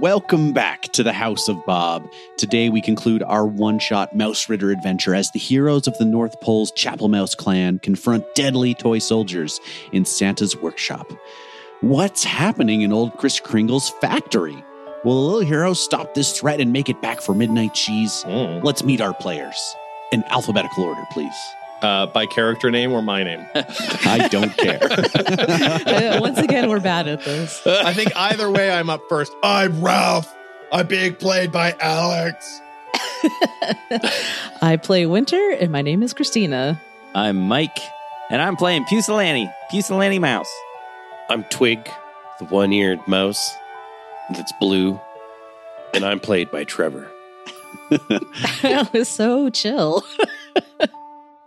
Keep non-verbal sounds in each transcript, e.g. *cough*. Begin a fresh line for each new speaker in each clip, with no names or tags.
Welcome back to the House of Bob. Today we conclude our one shot Mouse Ritter adventure as the heroes of the North Pole's Chapel Mouse clan confront deadly toy soldiers in Santa's workshop. What's happening in old Kris Kringle's factory? Will the little hero stop this threat and make it back for midnight cheese?
Mm.
Let's meet our players. In alphabetical order, please.
Uh, by character name or my name?
I don't care.
Uh, Once again, we're bad at this.
*laughs* I think either way, I'm up first. I'm Ralph. I'm being played by Alex.
I play Winter, and my name is Christina. *laughs*
I'm Mike, and I'm playing Pusilani, Pusilani Mouse.
I'm Twig, the one eared mouse that's blue, and I'm played by Trevor.
that was so chill.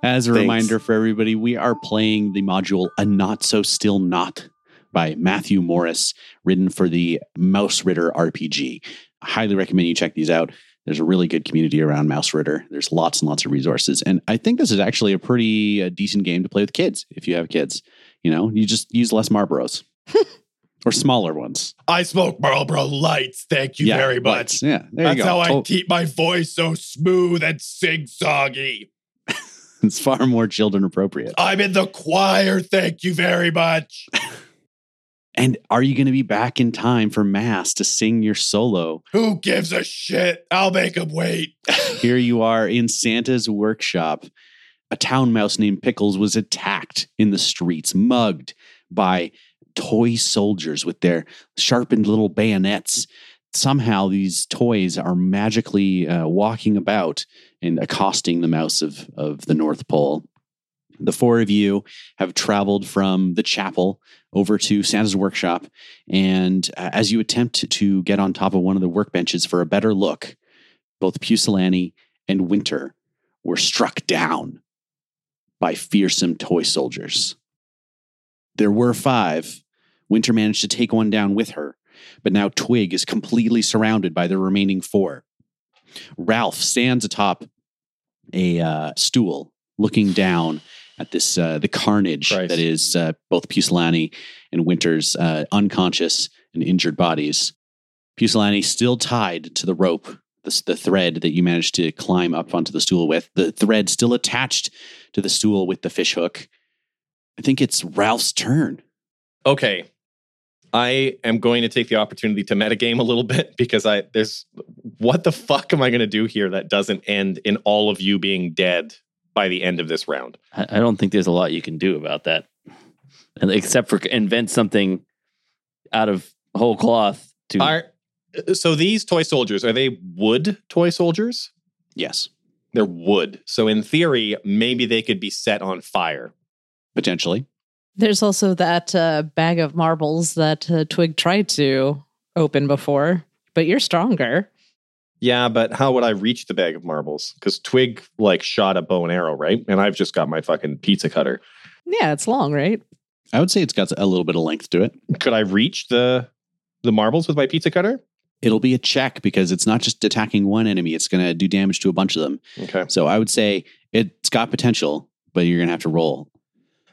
As a
Thanks.
reminder for everybody, we are playing the module A Not So Still Not by Matthew Morris, written for the Mouse Ritter RPG. I highly recommend you check these out. There's a really good community around Mouse Ritter. There's lots and lots of resources. And I think this is actually a pretty uh, decent game to play with kids if you have kids. You know, you just use
*laughs*
less Marlboros or smaller ones.
I smoke Marlboro Lights. Thank you
Yeah,
very much.
lights. Yeah, there
That's
you go.
how I
Oh, *laughs*
keep my voice so smooth and sing soggy.
it's far more children appropriate.
I'm in the choir. Thank you very much.
And are you going to be back in time for Mass to sing your solo?
Who gives a shit? I'll make him wait.
Here you are in Santa's workshop. A town mouse named Pickles was attacked in the streets, mugged by toy soldiers with their sharpened little bayonets. Somehow, these toys are magically uh, walking about and accosting the mouse of, of the North Pole. The four of you have traveled from the chapel over to Santa's workshop. And uh, as you attempt to get on top of one of the workbenches for a better look, both Pusilani and Winter were struck down by fearsome toy soldiers. There were five. Winter managed to take one down with her, but now Twig is completely surrounded by the remaining four. Ralph stands atop a uh, stool, looking down at this uh, the carnage
Christ.
that is uh, both Pusilani and Winter's uh, unconscious and injured bodies. Pusilani still tied to the rope the, the thread that you managed to climb up onto the stool with, the thread still attached to the stool with the fish hook. I think it's Ralph's turn.
Okay. I am going to take the opportunity to metagame a little *laughs* bit because I there's what the fuck am I going to do here that doesn't end in all of you being dead by the end of this round?
I, I don't think there's a lot you can do about that, and, except for invent something out of whole cloth. To
Are so these toy soldiers are they wood toy soldiers?
Yes,
They're wood. So in theory, maybe they could be set on fire.
potentially.
There's also that uh, bag of marbles that uh, Twig tried to open before, but you're stronger.
Yeah, but how would I reach the bag of marbles? Because Twig like shot a bow and arrow, right? And I've just got my fucking pizza cutter.
Yeah, it's long, right?
I would say it's got a little bit of length to it.
Could I reach the the marbles with my pizza cutter?
It'll be a check because it's not just attacking one enemy, it's going to do damage to a bunch of them.
Okay.
So I would say it's got potential, but you're going to have to roll.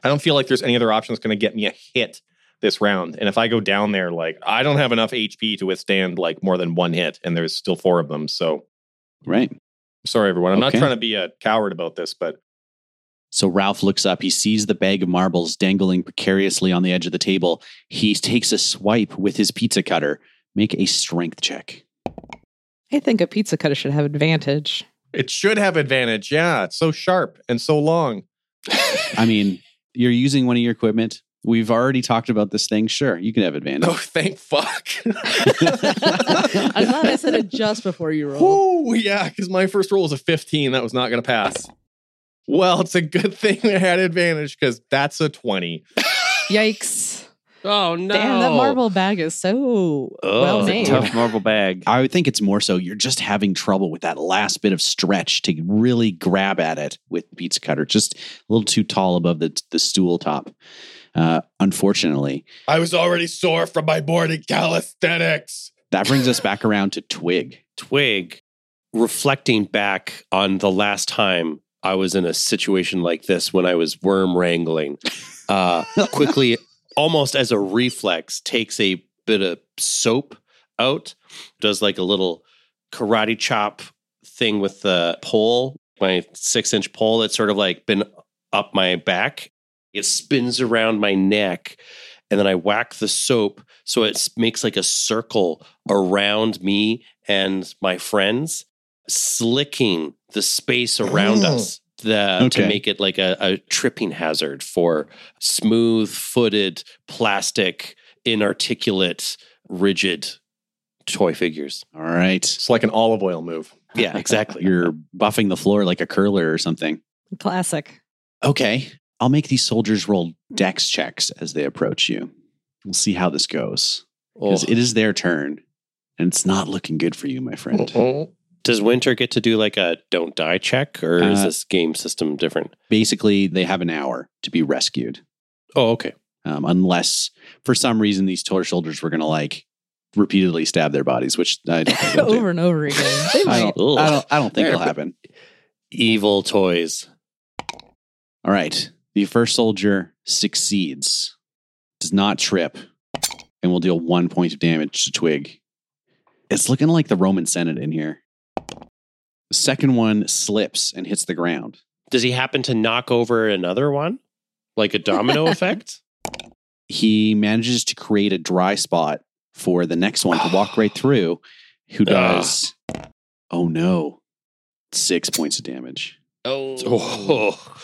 I don't feel like there's any other option that's going to get me a hit this round. And if I go down there, like I don't have enough HP to withstand like more than one hit, and there's still four of them. So
Right.
sorry, everyone. I'm
Okay.
not trying to be a coward about this, but
So Ralph looks up. He sees the bag of marbles dangling precariously on the edge of the table. He takes a swipe with his pizza cutter. Make a strength check.
I think a pizza cutter should have
*laughs*
advantage.
it should have advantage. Yeah, it's so sharp and so long. *laughs*
I mean, you're using one of your equipment. We've already talked about this thing. Sure, you can have advantage.
Oh, thank fuck.
I'm glad I said it just before you rolled.
Woo, yeah, because my first roll was a 15. That was not going to pass. Well, it's a good thing I had advantage because that's a 20.
Yikes.
Oh, no.
Damn, that marble bag is so well
Ugh.
made.
tough
*laughs*
marble bag.
I would think it's more so you're just having trouble with that last bit of stretch to really grab at it with the pizza cutter, just a little too tall above the, the stool top. Uh, unfortunately,
I was already sore from my morning calisthenics.
that brings us back around to Twig.
Twig, reflecting back on the last time I was in a situation like this when I was worm wrangling, uh, quickly, almost as a reflex, takes a bit of soap out, does like a little karate chop thing with the pole, my six inch pole that's sort of like been up my back. It spins around my neck. And then I whack the soap so it s- makes like a circle around me and my friends, slicking the space around
Oh.
us the,
Okay.
to make it like a, a tripping hazard for smooth footed, plastic, inarticulate, rigid toy figures.
All right.
It's like an olive oil move.
Yeah, exactly.
You're buffing the floor like a curler or something.
Classic.
Okay. I'll make these soldiers roll dex checks as they approach you. We'll see how this goes. Because it is their turn. And it's not looking good for you, my friend.
Mm-hmm.
Does Winter get to do like a don't die check or is
Uh,
this game system different?
Basically, they have an hour to be rescued.
Oh, okay.
um, unless for some reason these toy soldiers were going to like repeatedly stab their bodies, which I don't
*laughs*
think they'll do.
over and over again. They
I
might.
don't, I don't. I don't think
They're
it'll happen.
Evil toys.
All right. The first soldier succeeds, does not trip, and will deal one point of damage to Twig. It's looking like the Roman Senate in here. The second one slips and hits the ground.
Does he happen to knock over another one? Like
*laughs*
a domino effect?
He manages to create a dry spot for the next one to walk right through, who does, oh no, six points of damage.
Oh.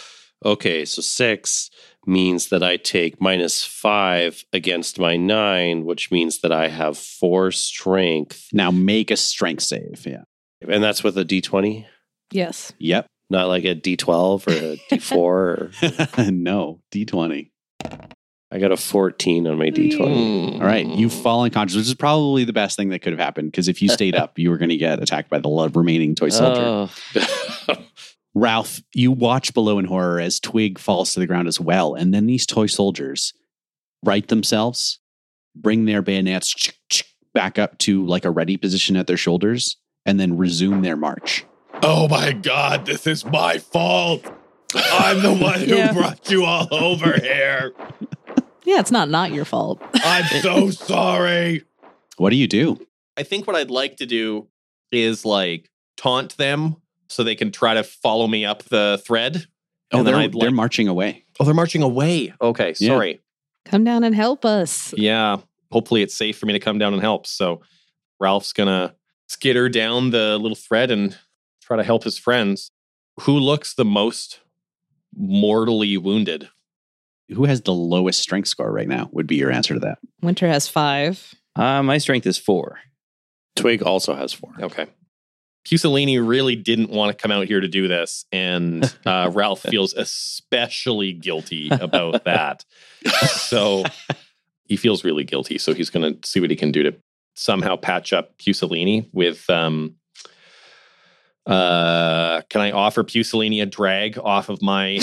Okay, so six means that I take minus five against my nine, which means that I have four strength.
Now make a strength save. Yeah.
And that's with a d20,
Yes.
Yep. *laughs*
not like a d12 or a
*laughs*
d4. Or,
no, D20.
I got a 14 on my
Mm.
*laughs* d20.
All right. You fall unconscious, which is probably the best thing that could have happened because if you stayed up, you were going to get attacked by the lo- remaining toy soldier.
Oh.
Ralph, you watch below in horror as Twig falls to the ground as well. And then these toy soldiers right themselves, bring their bayonets back up to like a ready position at their shoulders, and then resume their march.
Oh my god, this is my fault. I'm the one who
Yeah.
brought you all over here.
Yeah, it's not not your fault.
I'm so sorry.
What do you do?
I think what I'd like to do is like taunt them so they can try to follow me up the thread.
Oh,
And then
they're,
I'd
they're
like-
marching away.
Oh, they're marching away. Okay,
Yeah.
sorry.
Come down and help us.
*laughs* Yeah. Hopefully it's safe for me to come down and help. So Ralph's gonna skitter down the little thread and try to help his friends. Who looks the most mortally wounded?
Who has the lowest strength score right now would be your answer to that.
Winter has five.
Uh, my strength is four.
Twig also has four.
Okay. Pusillini really didn't want to come out here to do this, and uh, Ralph feels especially guilty about that. So he feels really guilty. So he's going to see what he can do to somehow patch up Pusillini with. Um, uh, can I offer Pusillini a drag off of my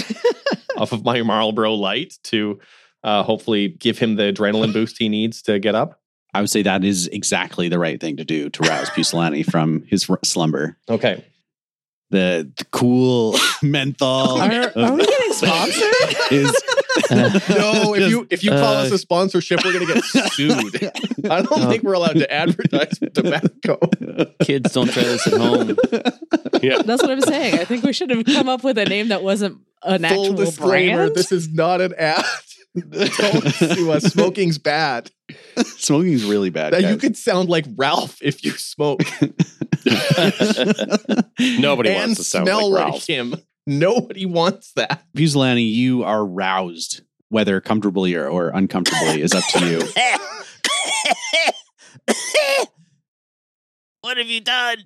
off of my Marlboro Light to uh, hopefully give him the adrenaline boost he needs to get up?
I would say that is exactly the right thing to do to
*laughs*
rouse Pusillani from his r- slumber.
Okay.
The, the cool *laughs*
*laughs*
menthol.
Are, are we getting sponsored?
is *laughs*
No, *laughs* if you if you call us a sponsorship, we're *laughs* gonna get sued. I don't
Oh.
think we're allowed to advertise *laughs* tobacco.
Kids, don't try this at home.
*laughs* That's what I'm saying. I think we should have come up with a name that wasn't an
Full
actual
disclaimer:
brand.
this is not an ad. *laughs* don't sue us. Smoking's bad.
smoking is really bad.
That you
guys.
could sound like Ralph if you *laughs* smoke
*laughs*
Nobody
and
wants to sound
smell
like
like,
Ralph.
him. Nobody wants that.
Pusilani, you are roused, whether comfortably or, or uncomfortably is up to
*laughs*
you.
what have you done?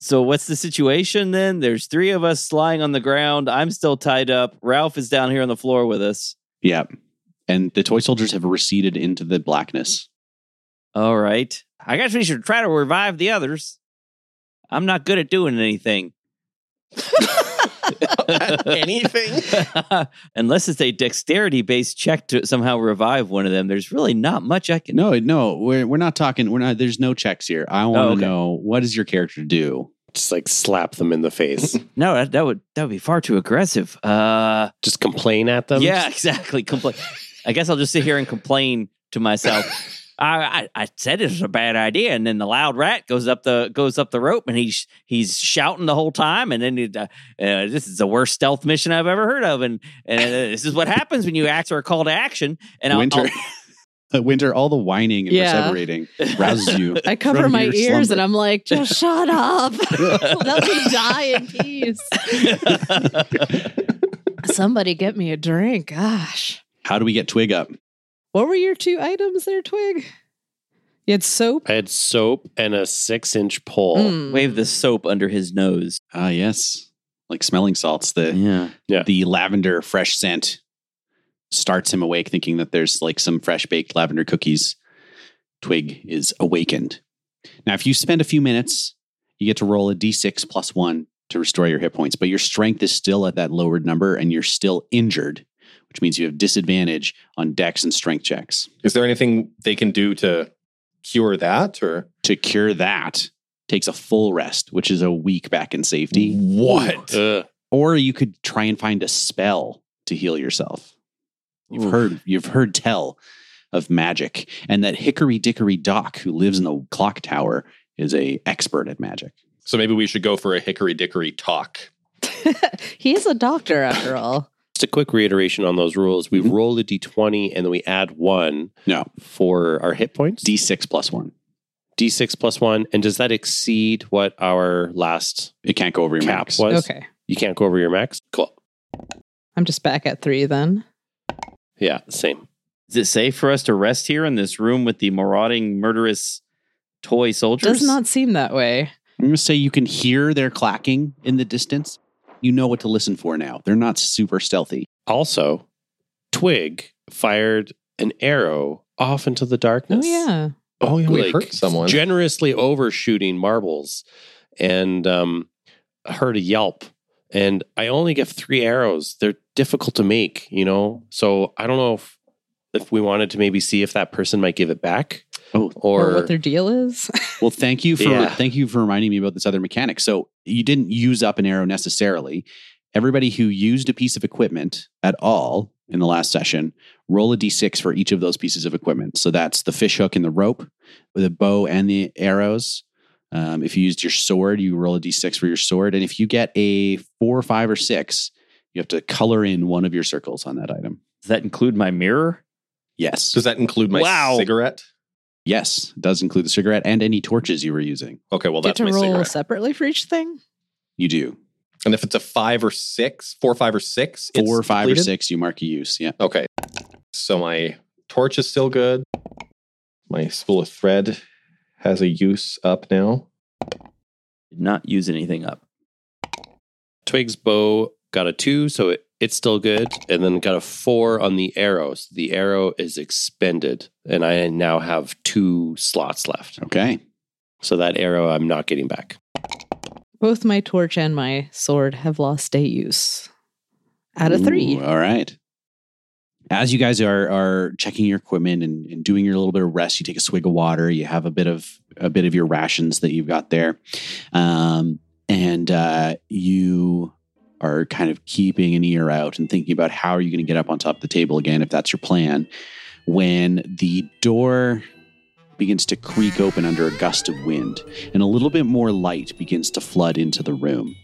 so what's the situation then? There's three of us lying on the ground. I'm still tied up. Ralph is down here on the floor with us.
yeah. And the toy soldiers have receded into the blackness.
All right. I guess we should try to revive the others. I'm not good at doing anything. *laughs*
*laughs* Anything?
Unless it's a dexterity based check to somehow revive one of them, there's really not much I can.
No, no, we're we're not talking. We're not. There's no checks here. I want to
okay.
know what does your character do.
*laughs* Just like slap them in the face.
No, that, that would that would be far too aggressive. Uh,
Just complain at them.
yeah, exactly. Complain. I guess I'll just sit here and complain to myself, I, I, I said it's a bad idea, and then the loud rat goes up the goes up the rope, and he's he's shouting the whole time, and then he, uh, uh, this is the worst stealth mission I've ever heard of, and and uh, this is what happens when you act or a call to action, and I'll-
Winter.
I'll,
*laughs* Winter, all the whining and
Yeah.
perseverating rouses
*laughs*
you.
I cover
From
my
your
ears
slumber.
and I'm like, just shut *laughs* up. Let me die in peace. *laughs* Somebody get me a drink. Gosh.
How do we get Twig up?
What were your two items there, Twig? You had soap.
I had soap and a six inch pole.
Mm.
wave the soap under his nose.
Ah, yes. Like smelling salts, the
Yeah,
the lavender fresh scent starts him awake, thinking that there's like some fresh baked lavender cookies. Twig is awakened. Now, if you spend a few minutes, you get to roll a d6 plus one to restore your hit points, but your strength is still at that lowered number and you're still injured, which means you have disadvantage on dex and strength checks.
*laughs* Is there anything they can do to cure that or
To cure that takes a full rest, which is a week back in safety.
what?
Ugh.
or you could try and find a spell to heal yourself. You've
Oof.
heard you've heard tell of magic, and that Hickory Dickory Doc, who lives in the clock tower, is a expert at magic.
So maybe we should go for a hickory dickory talk.
he is a doctor after *laughs* all.
Just a quick reiteration on those rules. We
Mhm.
roll a d20 and then we add one
No.
for our hit points.
D six plus one.
D6 plus one. And does that exceed what our last
It can't go over your
cap
max.
was?
Okay.
You can't go over your max? Cool.
I'm just back at three then.
Yeah, same.
is it safe for us to rest here in this room with the marauding, murderous toy soldiers?
Does not seem that way.
I'm gonna say you can hear their clacking in the distance. You know what to listen for now. They're not super stealthy.
Also, Twig fired an arrow off into the darkness.
Oh, yeah.
Oh, yeah,
Like, Generously overshooting marbles and um, heard a yelp. And I only get three arrows. They're difficult to make, you know? So I don't know if, if we wanted to maybe see if that person might give it back.
Oh.
or,
Or, what their deal is.
Well, thank you for
Yeah.
thank you for reminding me about this other mechanic. So you didn't use up an arrow necessarily. Everybody who used a piece of equipment at all in the last session, roll a d6 for each of those pieces of equipment. So that's the fish hook and the rope, with the bow and the arrows. Um, if you used your sword, you roll a d6 for your sword, and if you get a four, five, or six, you have to color in one of your circles on that item.
Does that include my mirror?
Yes,
Does that include my
Wow.
cigarette?
yes, it does include the cigarette and any torches you were using.
Okay, well
Get
that's
to
my
roll
cigarette.
separately for each thing.
You do
And if it's a five or six, four, five or six, it's
four, five, or
depleted?
six. You mark a use. Yeah.
Okay, so my torch is still good. My spool of thread has a use up now.
Did not use anything up.
Twig's bow got a two, so it, it's still good, and then got a four on the arrow. So the arrow is expended, and I now have two slots left.
Okay.
So that arrow I'm not getting back.
Both my torch and my sword have lost day use. Out of three.
Ooh, uh, all right. As you guys are are checking your equipment and, and doing your little bit of rest, you take a swig of water. You have a bit of a bit of your rations that you've got there, um, and uh, you are kind of keeping an ear out and thinking about how are you going to get up on top of the table again if that's your plan. When the door begins to creak open under a gust of wind, and a little bit more light begins to flood into the room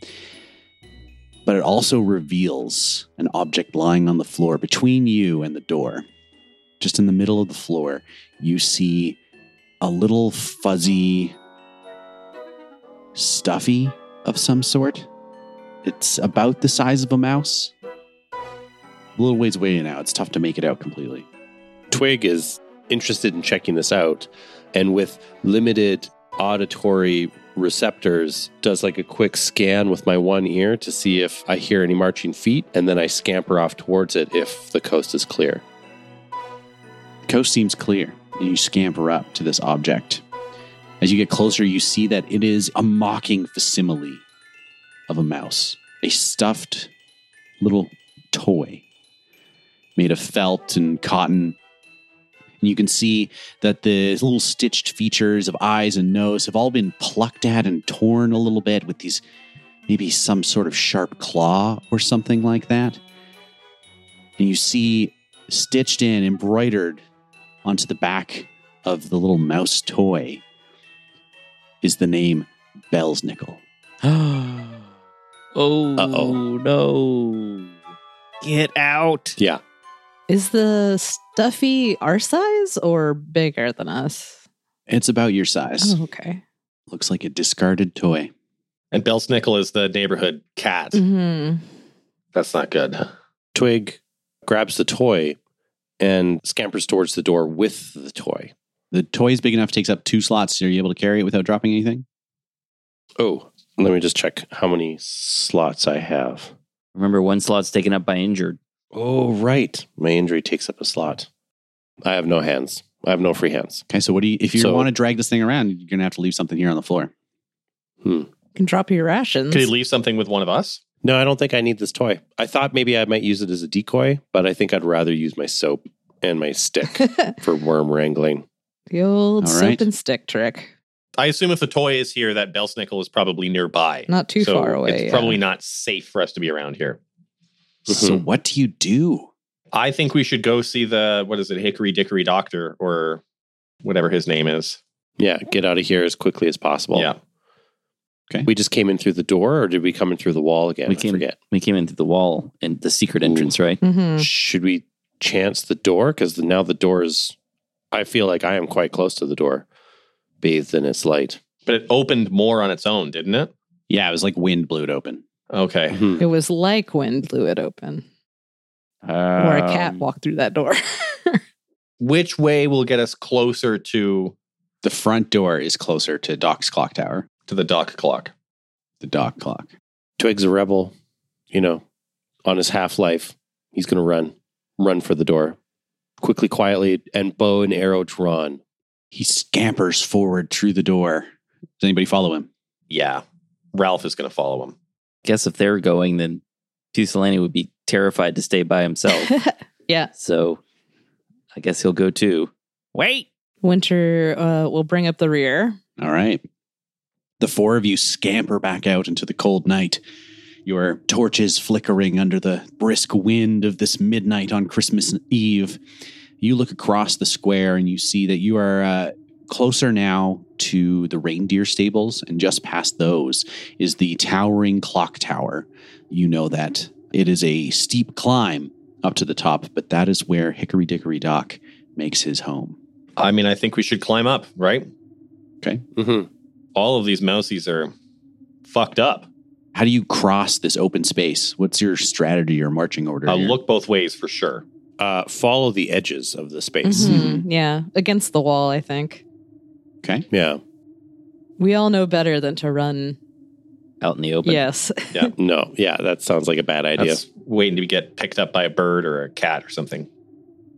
but it also reveals an object lying on the floor between you and the door. Just in the middle of the floor, you see a little fuzzy stuffy of some sort. It's about the size of a mouse. A little ways away now. It's tough to make it out completely.
Twig is interested in checking this out, and with limited auditory receptors, does like a quick scan with my one ear to see if I hear any marching feet, and then I scamper off towards it if the coast is clear.
coast seems clear, and you scamper up to this object. As you get closer, you see that it is a mocking facsimile of a mouse, a stuffed little toy made of felt and cotton. And you can see that the little stitched features of eyes and nose have all been plucked at and torn a little bit with these maybe some sort of sharp claw or something like that. And you see stitched in, embroidered onto the back of the little mouse toy is the name Bellsnickel.
*gasps* oh
Uh-oh.
no! Get out!
Yeah.
Is the stuffy our size or bigger than us?
It's about your size.
Oh, okay.
Looks like a discarded toy.
And Belsnickel is the neighborhood cat.
hmm
That's not good.
Twig grabs the toy and scampers towards the door with the toy.
The toy is big enough, takes up two slots. Are you able to carry it without dropping anything?
Oh, let me just check how many slots I have.
Remember, one slot's taken up by injured.
Oh, right. My injury takes up a slot. I have no hands. I have no free hands.
Okay, so what do you if you
So-
want to drag this thing around, you're gonna have to leave something here on the floor.
Can drop your rations.
Could
*laughs*
he leave something with one of us?
No, I don't think I need this toy. I thought maybe I might use it as a decoy, but I think I'd rather use my soap and my stick
*laughs*
for worm wrangling.
the old
All
soap
right.
and stick trick.
I assume if the toy is here, that Belsnickel is probably nearby.
Not too
So
far away.
It's
yeah.
probably not safe for us to be around here.
So
Mm-hmm.
what do you do?
I think we should go see the what is it, Hickory Dickory Doctor or whatever his name is.
Yeah, get out of here as quickly as possible.
Yeah.
Okay.
We just came in through the door, or did we come in through the wall again?
We
I
came-
forget.
We came in through the wall and the secret
Ooh.
entrance, right?
Mhm.
Should we chance the door? Because now the door is. I feel like I am quite close to the door, bathed in its light.
But it opened more on its own, didn't it?
Yeah, it was like wind blew it open.
Okay.
Mhm.
It was like when blew it open, or a cat
Um,
walked through that door. *laughs*
Which way will get us closer to
The front door is closer to Doc's clock tower,
to the dock clock?
the dock clock.
Twig's a rebel, you know, on his half life. He's going to run, run for the door quickly, quietly, and bow and arrow drawn.
He scampers forward through the door. Does anybody follow him?
Yeah. Ralph is going to follow him.
guess if they're going, then Pusilani would be terrified to stay by *laughs* himself.
yeah.
so I guess he'll go too. Wait.
Winter uh, will bring up the rear.
All right. The four of you scamper back out into the cold night, your torches flickering under the brisk wind of this midnight on Christmas Eve. You look across the square and you see that you are uh, closer now to the reindeer stables, and just past those is the towering clock tower. You know that it is a steep climb up to the top, but that is where Hickory Dickory Dock makes his home.
I mean, I think we should climb up, right?
Mm-hmm.
All of these mousies are fucked up.
How do you cross this open space? What's your strategy or marching order?
I'll
here?
look both ways for sure.
Uh, follow the edges of the space.
Mhm.
Mhm. Yeah, against the wall, I think.
Okay.
Yeah.
We all know better than to run.
Out in the open.
yes. *laughs*
No. Yeah. That sounds like a bad idea.
That's waiting to get picked up by a bird or a cat or something.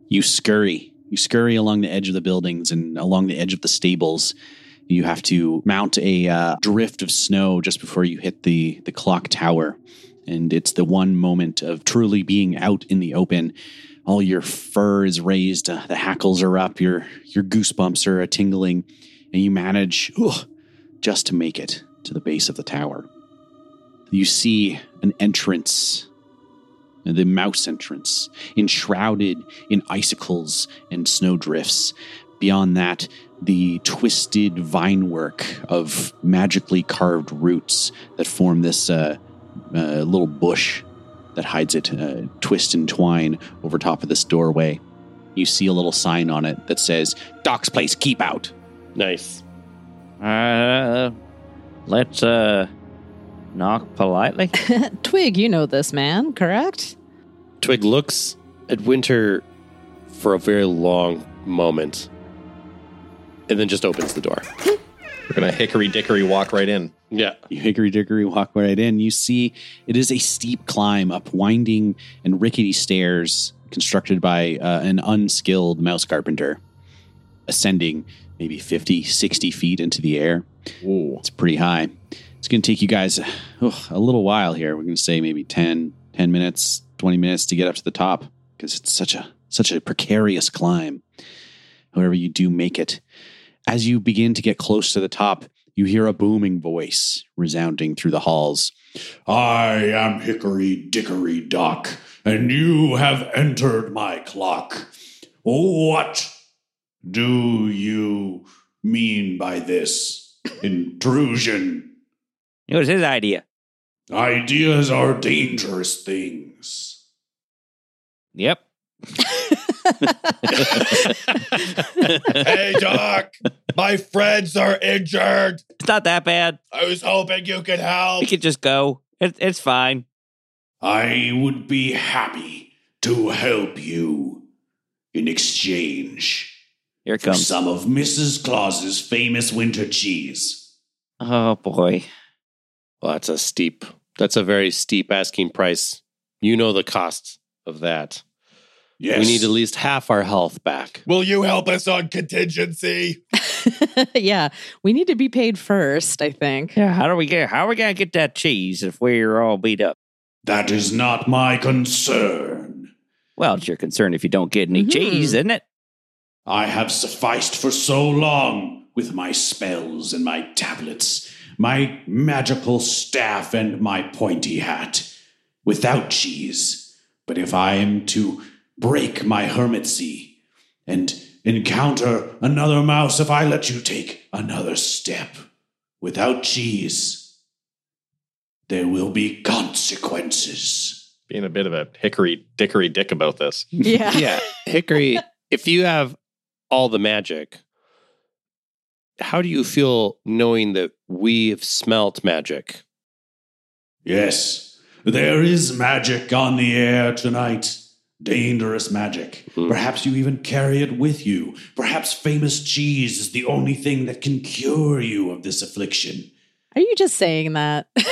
You scurry. You scurry along the edge of the buildings and along the edge of the stables. You have to mount a uh, drift of snow just before you hit the, the clock tower. And it's the one moment of truly being out in the open. All your fur is raised, uh, the hackles are up, your, your goosebumps are a tingling, and you manage ugh, just to make it to the base of the tower. You see an entrance, the mouse entrance, enshrouded in icicles and snowdrifts. Beyond that, the twisted vine work of magically carved roots that form this uh, uh, little bush that hides it, uh, twist and twine over top of this doorway. You see a little sign on it that says, Doc's Place, keep out.
nice.
Uh, let's uh, knock *laughs* politely.
Twig, you know this man, correct?
*laughs*
*laughs*
Twig looks at Winter for a very long moment and then just opens the door.
We're going to hickory dickory walk right in.
Yeah.
*laughs* You hickory dickory walk right in. You see it is a steep climb up winding and rickety stairs constructed by uh, an unskilled mouse carpenter, ascending maybe 50, 60 feet into the air.
Ooh.
It's pretty high. It's going to take you guys oh, a little while here. We're going to say maybe 10, 10 minutes, 20 minutes to get up to the top because it's such a such a precarious climb. However, you do make it. As you begin to get close to the top, you hear a booming voice resounding through the halls.
I am Hickory Dickory Dock, and you have entered my clock. What
do you mean by this intrusion?
It was his idea.
Ideas are dangerous things.
Yep.
Hey, Doc, my friends are injured.
It's not that bad.
I was hoping you could help.
We could just go. It, it's fine.
I would be happy to help you in exchange
Here it
for
comes.
some of Mrs. Claus's famous winter cheese.
Oh boy.
Well, that's a steep. That's a very steep asking price. You know the cost of that.
Yes.
We need at least half our health back.
Will you help us on contingency?
yeah, we need to be paid first, I
*laughs*
think.
Yeah. How do we get? How are we gonna get that cheese if we're all beat up?
That is not my concern.
Well, it's your concern if you don't get any
Mhm.
cheese, isn't it?
I have sufficed for so long with my spells and my tablets, my magical staff and my pointy hat, without cheese. But if I am to break my hermitcy and encounter another mouse, if I let you take another step without cheese, there will be consequences.
Being a bit of a hickory dickory dick about this.
Yeah.
*laughs* Yeah, Hickory. if you have all the magic, how do you feel knowing that we have smelt magic?
Yes, there is magic on the air tonight. Dangerous magic.
Hmm.
Perhaps you even carry it with you. Perhaps famous cheese is the only thing that can cure you of this affliction.
Are you just saying that? *laughs*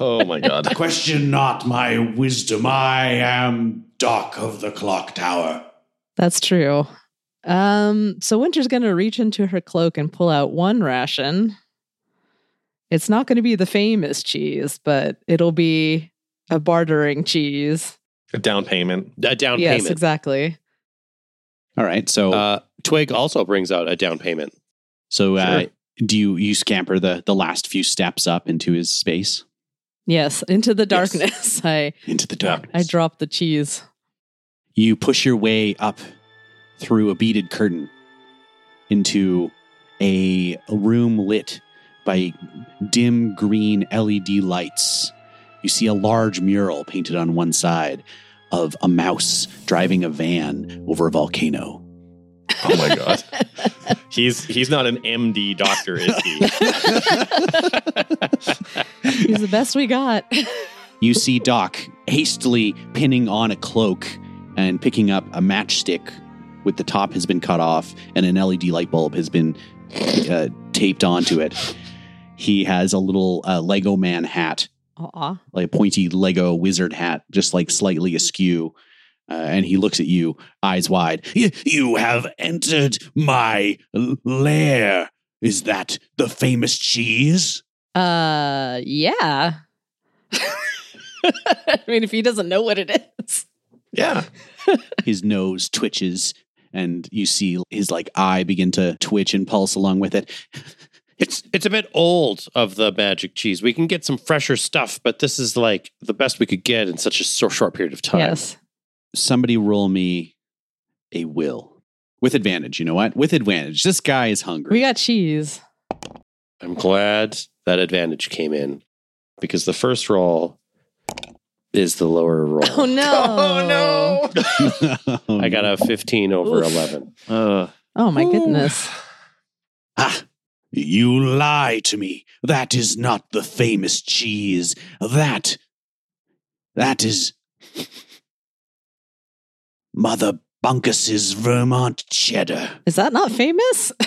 Oh my *laughs* god.
Question not my wisdom. I am Doc of the Clock Tower.
That's true. Um, so Winter's going to reach into her cloak and pull out one ration. It's not going to be the famous cheese, but it'll be a bartering cheese.
A down payment.
A down
yes,
payment.
exactly.
All right. So,
Uh, Twig also brings out a down payment.
so uh, do you you scamper the the last few steps up into his space
Yes, into the darkness. *laughs* I
into the darkness?
I dropped the cheese.
you push your way up through a beaded curtain into a room lit by dim green LED lights. You see a large mural painted on one side of a mouse driving a van over a volcano.
Oh my *laughs* god. he's he's not an MD doctor, is he?
He's the best we got. *laughs*
You see Doc hastily pinning on a cloak and picking up a matchstick with the top has been cut off and an LED light bulb has been uh, taped onto it. He has a little uh, Lego man hat
Aw.
like a pointy Lego wizard hat, just like slightly askew. Uh, and he looks at you, eyes wide.
Y- You have entered my l- lair. Is that the famous cheese?
Uh, yeah. *laughs* I mean, if he doesn't know what it is.
*laughs* Yeah.
His nose twitches, and you see his like eye begin to twitch and pulse along with it.
It's it's a bit old of the magic cheese. We can get some fresher stuff, but this is like the best we could get in such a so short period of time.
Yes.
Somebody roll me a will with advantage. You know what? With advantage. This guy is hungry.
We got cheese.
I'm glad that advantage came in because the first roll is the lower roll.
*coughs*
Oh,
Oh
*laughs*
no.
I got a 15 over 11.
Uh,
Oh my goodness.
Ah, you lie to me. That is not the famous cheese. That, that is Mother Bunkus's Vermont cheddar.
Is that not famous? *laughs*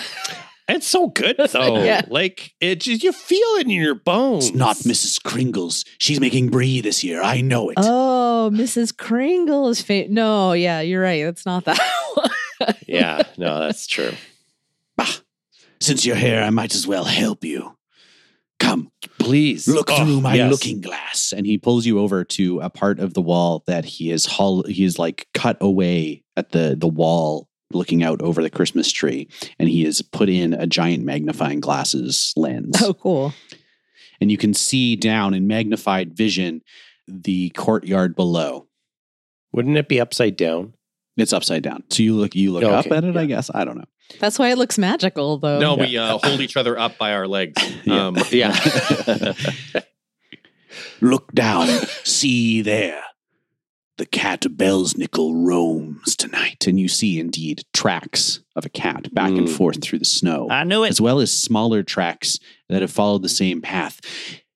It's so good though.
Yeah.
Like it just you feel it in your bones.
It's not Mrs. Kringle's. She's making brie this year. I know it.
Oh, Mrs. Kringle is famous. No, yeah, you're right. It's not that *laughs* one.
Yeah, no, that's true.
Since you're here, I might as well help you. Come,
Please
look
Oh,
through my
yes.
looking glass.
and he pulls you over to a part of the wall that he is haul he is like cut away at the the wall looking out over the christmas tree and he has put in a giant magnifying glasses lens
Oh, cool.
and you can see down in magnified vision the courtyard below
Wouldn't it be upside down?
It's upside down. So you look you look
Okay,
up at it,
yeah.
I guess. I don't know.
That's why it looks magical, though.
No, we uh, hold each other up by our legs.
Yeah.
Um,
*laughs*
Yeah.
Look down. *laughs* see there. The cat Belsnickel roams tonight.
And you see indeed tracks of a cat back and
Mm.
forth through the snow.
I knew it.
as well as smaller tracks that have followed the same path.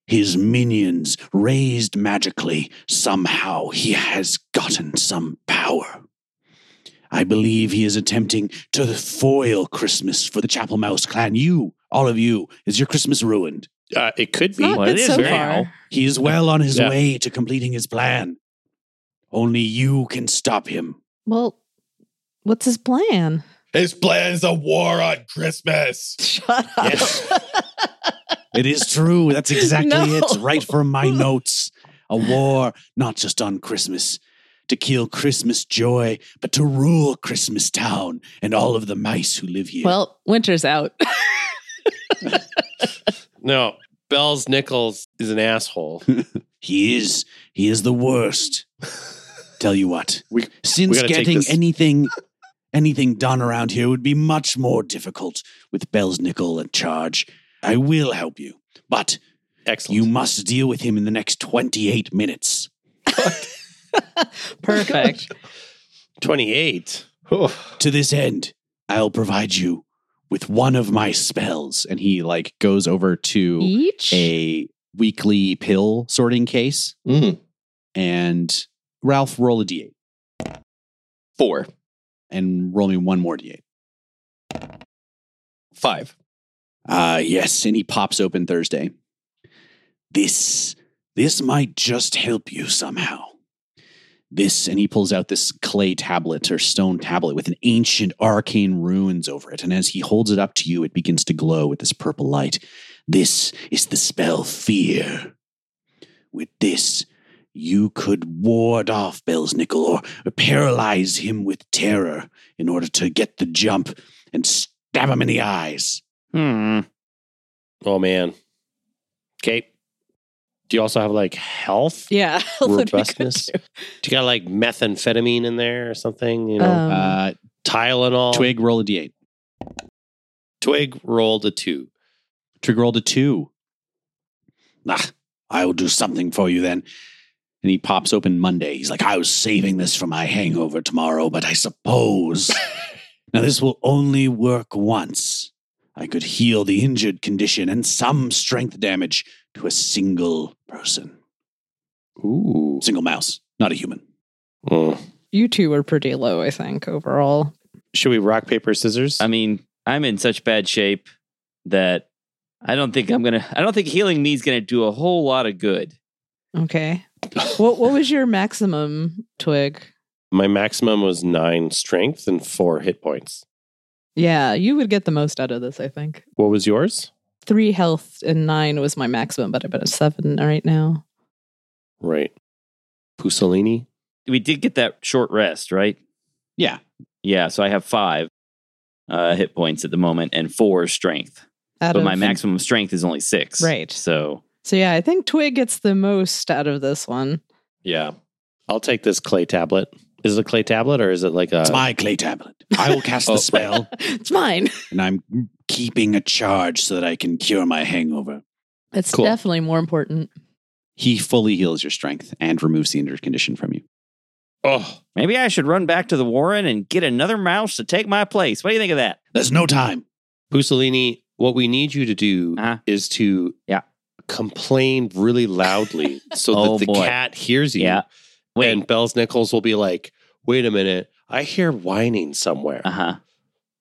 His minions raised magically. Somehow he has gotten some power. I believe he is attempting to foil Christmas for the Chapel Mouse clan. You, all of you, is your Christmas ruined?
uh, it could
It's not
be.
Well,
good
it is
so
now.
far.
He is well on his
Yeah.
way to completing his plan. Only you can stop him.
Well, what's his plan? *laughs*
His plan's a war on Christmas.
Shut up.
Yes. *laughs* It is true. That's exactly
No.
it. Right from my notes. A war, not just on Christmas, to kill Christmas joy, but to rule Christmas Town and all of the mice who live here.
Well, winter's out.
No, Bells Nichols is
*laughs*
an asshole.
he is. He is the worst. Tell you what.
*laughs* We- we
since
gotta take
getting
this.
anything, anything done around here would be much more difficult with Bell's Nickel in charge. I will help you, but
Excellent.
you must deal with him in the next twenty-eight minutes.
*laughs*
Perfect.
28.
To this end, I'll provide you with one of my spells.
And he like goes over to
Each?
a weekly pill sorting case
mm,
and Ralph roll a d8
four,
and roll me one more d8.
five.
Uh yes, and he pops open Thursday.
This, this might just help you somehow.
This and he pulls out this clay tablet or stone tablet with an ancient arcane runes over it and as he holds it up to you it begins to glow with this purple light.
This is the spell Fear. With this, you could ward off Belsnickel or, or paralyze him with terror in order to get the jump and stab him in the eyes.
*laughs* Hmm.
Oh, man. Okay. Do you also have like health?
yeah. *laughs* What are we gonna
Robustness?
do?
Do you got like methamphetamine in there or something? You know,
Um,
uh
Tylenol.
Twig roll a d8.
Um, Twig rolled a two.
Twig rolled a 2
Ah, I will do something for you then.
and he pops open Monday.
He's like, I was saving this for my hangover tomorrow, but I
*laughs*
suppose. now, this will only work once. I could heal the injured condition and some strength damage to a single person.
Ooh.
Single mouse, not a human.
Mm.
you two were pretty low, I think, overall.
Should we rock, paper, scissors?
I mean, I'm in such bad shape that I don't think I'm gonna. I don't think healing me is gonna do a whole lot of good.
Okay. what What was your maximum twig?
My maximum was nine strength and four hit points.
Yeah, you would get the most out of this, I think.
What was yours?
Three health and nine was my maximum, but I bet it's seven right now.
Right. Pussolini.
We did get that short rest, right?
Yeah.
Yeah. So I have five uh, hit points at the moment and four strength,
Out
but
of
my maximum strength is only six.
Right.
So
So yeah, I think twig gets the most out of this one. *laughs*
Yeah.
I'll take this clay tablet. Is it a clay tablet or is it like a?
It's my clay tablet. I will
*laughs*
cast
Oh.
the spell,
It's mine.
and I'm keeping a charge so that I can cure my hangover.
It's
Cool.
definitely more important.
He fully heals your strength and removes the injured condition from you.
oh,
maybe I should run back to the Warren and get another mouse to take my place. What do you think of that?
There's no time.
Pussolini. What we need you to do
Uh-huh.
is to
Yeah.
complain
*laughs*
really loudly so
Oh,
that the
boy.
cat hears you.
Yeah. Wait.
And Bells Nichols will be like, "Wait a minute, I hear whining somewhere."
Uh huh.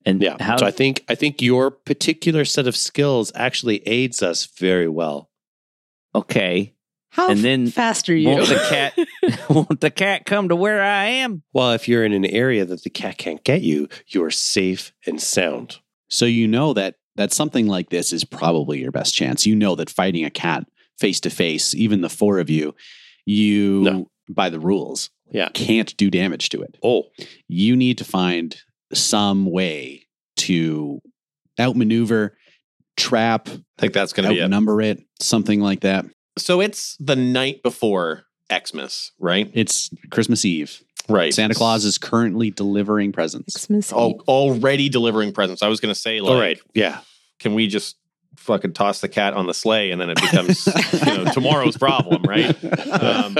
And
Yeah.
how,
so I think I think your particular set of skills actually aids us very well.
okay.
How
And then
fast are you?
won't the
*laughs*
cat won't the cat come to where I am?
Well, if you're in an area that the cat can't get you, you are safe and sound.
So you know that that something like this is probably your best chance. You know that fighting a cat face to face, even the four of you, you
No.
by the rules,
Yeah.
can't do damage to it.
Oh,
You need to find some way to outmaneuver, trap,
I think that's going to be it.
outnumber it, something like that.
So it's the night before Xmas, right?
It's Christmas Eve.
Right.
Santa Claus is currently delivering presents.
Xmas
Oh,
Eve.
already delivering presents. I was going to say, like,
All right. Yeah.
can we just fucking toss the cat on the sleigh and then it becomes *laughs* you know, tomorrow's
*laughs*
problem, right?
*laughs*
Um,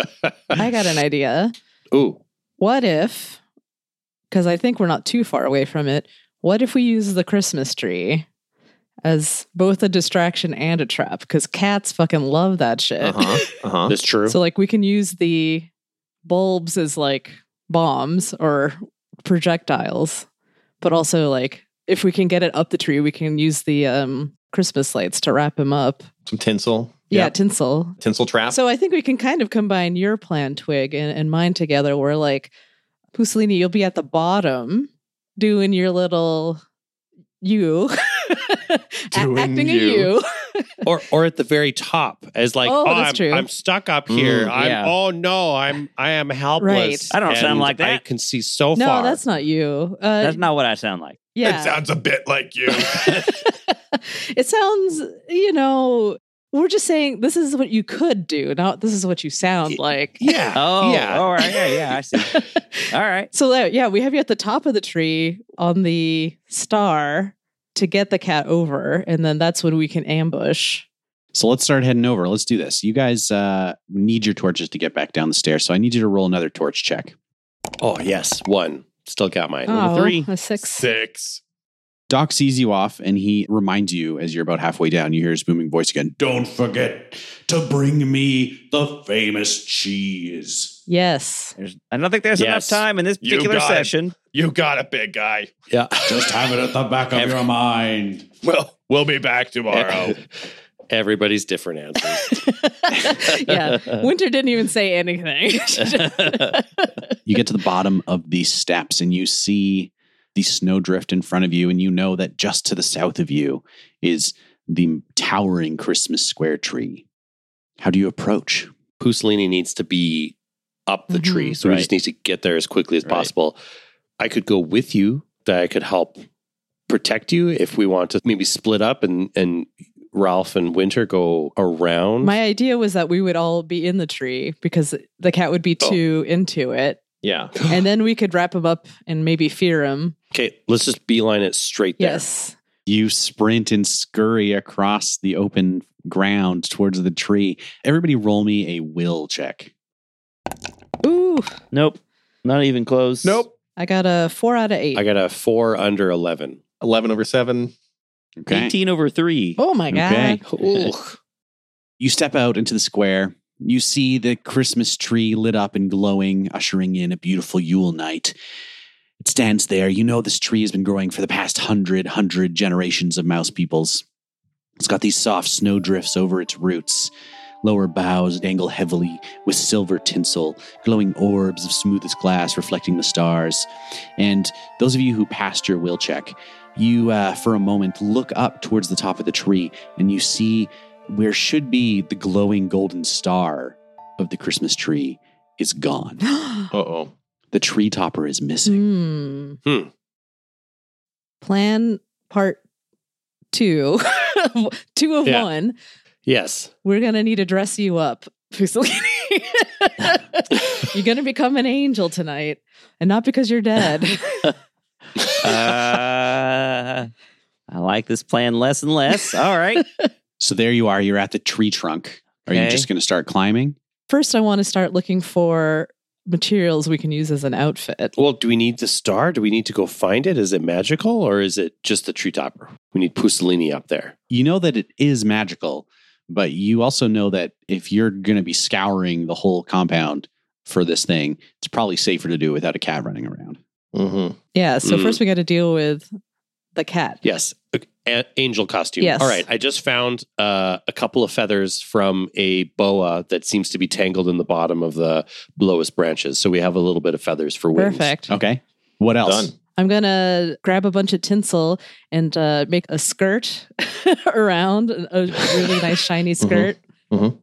I got an idea.
Ooh.
What if, because I think we're not too far away from it, what if we use the Christmas tree as both a distraction and a trap? Because cats fucking love that shit.
uh huh. Uh huh.
That's true.
So, like, we can use the bulbs as like bombs or projectiles, but also, like, if we can get it up the tree, we can use the um, Christmas lights to wrap him up.
Some tinsel.
Yeah,
Yep.
tinsel.
Tinsel trap.
So I think we can kind of combine your plan, Twig, and, and mine together. Where like, Pussolini, you'll be at the bottom doing your little you, *laughs* Act-
Doing
acting
you.
a you.
or or at the very top as like
Oh,
oh,
that's
I'm,
true.
I'm stuck up here.
Mm,
I'm
yeah.
oh no, I'm I am helpless.
Right.
I don't sound
and
like that.
I can see so
no,
far.
that's not you. Uh,
That's not what I sound like.
yeah,
It sounds a bit like you.
*laughs* it sounds. You know, we're just saying this is what you could do. Not this is what you sound like.
yeah.
*laughs* Oh,
*laughs* Yeah.
all right. Yeah, yeah, I see. all right.
So uh, yeah, we have you at the top of the tree on the star to get the cat over, and then that's when we can ambush.
So let's start heading over. Let's do this. You guys uh, need your torches to get back down the stairs. So I need you to roll another torch check.
*laughs* oh yes, one. Still got mine.
Oh,
three.
a six.
Six.
Doc sees you off and he reminds you as you're about halfway down. You hear his booming voice again.
Don't forget to bring me the famous cheese.
Yes. *laughs*
There's, I don't think there's
Yes.
enough time in this
You
particular
got it.
session.
You got it, big guy.
Yeah.
Just have it at the back of your mind.
Well, we'll be back tomorrow.
*laughs* Everybody's different answers.
yeah. Winter didn't even say anything. *laughs*
You get to the bottom of these steps and you see the snowdrift in front of you. And you know that just to the south of you is the towering Christmas square tree. How do you approach?
Pussolini needs to be up
Mm-hmm.
the tree, so we
Right.
just need to get there as quickly as
Right.
possible. I could go with you. That I could help protect you if we want to maybe split up and and Ralph and Winter go around.
My idea was that we would all be in the tree because the cat would be
Oh.
too into it.
*laughs* Yeah.
And then we could wrap him up and maybe fear him.
okay, let's just beeline it straight there.
Yes.
You sprint and scurry across the open ground towards the tree. Everybody, roll me a will check.
Ooh,
Nope. Not even close.
Nope.
I got a four out of eight.
I got a four under eleven.
11 over seven.
Okay.
18 over three.
oh my
Okay.
God.
*laughs* Ooh.
You step out into the square. You see the Christmas tree lit up and glowing, ushering in a beautiful Yule night. It stands there. You know this tree has been growing for the past hundred, hundred generations of mouse peoples. It's got these soft snow drifts over its roots. Lower boughs dangle heavily with silver tinsel, glowing orbs of smoothest glass reflecting the stars. And those of you who passed your will check, you, uh, for a moment, look up towards the top of the tree and you see where should be the glowing golden star of the Christmas tree is gone.
Uh oh.
The tree topper is missing.
*gasps* Hmm.
Hmm.
Plan part two, *laughs* two of
Yeah.
one.
Yes.
we're gonna need to dress you up, Fusilini. *laughs* you're gonna become an angel tonight, and not because you're
*laughs*
dead. Oh.
Uh, I like this plan less and less. All right.
So there you are. You're at the tree trunk. Are you
Okay.
just going to start climbing?
First, I want to start looking for materials we can use as an outfit.
Well, do we need the star? Do we need to go find it? Is it magical or is it just the tree topper? We need Pussolini up there.
You know that it is magical, but you also know that if you're going to be scouring the whole compound for this thing, it's probably safer to do it without a cat running around.
Mm-hmm.
Yeah. So
Mm.
first, we got to deal with the cat.
Yes. A- angel costume.
Yes.
All right. I just found uh, a couple of feathers from a boa that seems to be tangled in the bottom of the lowest branches. So we have a little bit of feathers for wings. Oh.
Perfect.
Okay. What else?
Done.
I'm gonna grab a bunch of tinsel and uh, make a skirt *laughs* around a really nice shiny
Uh-huh.
skirt.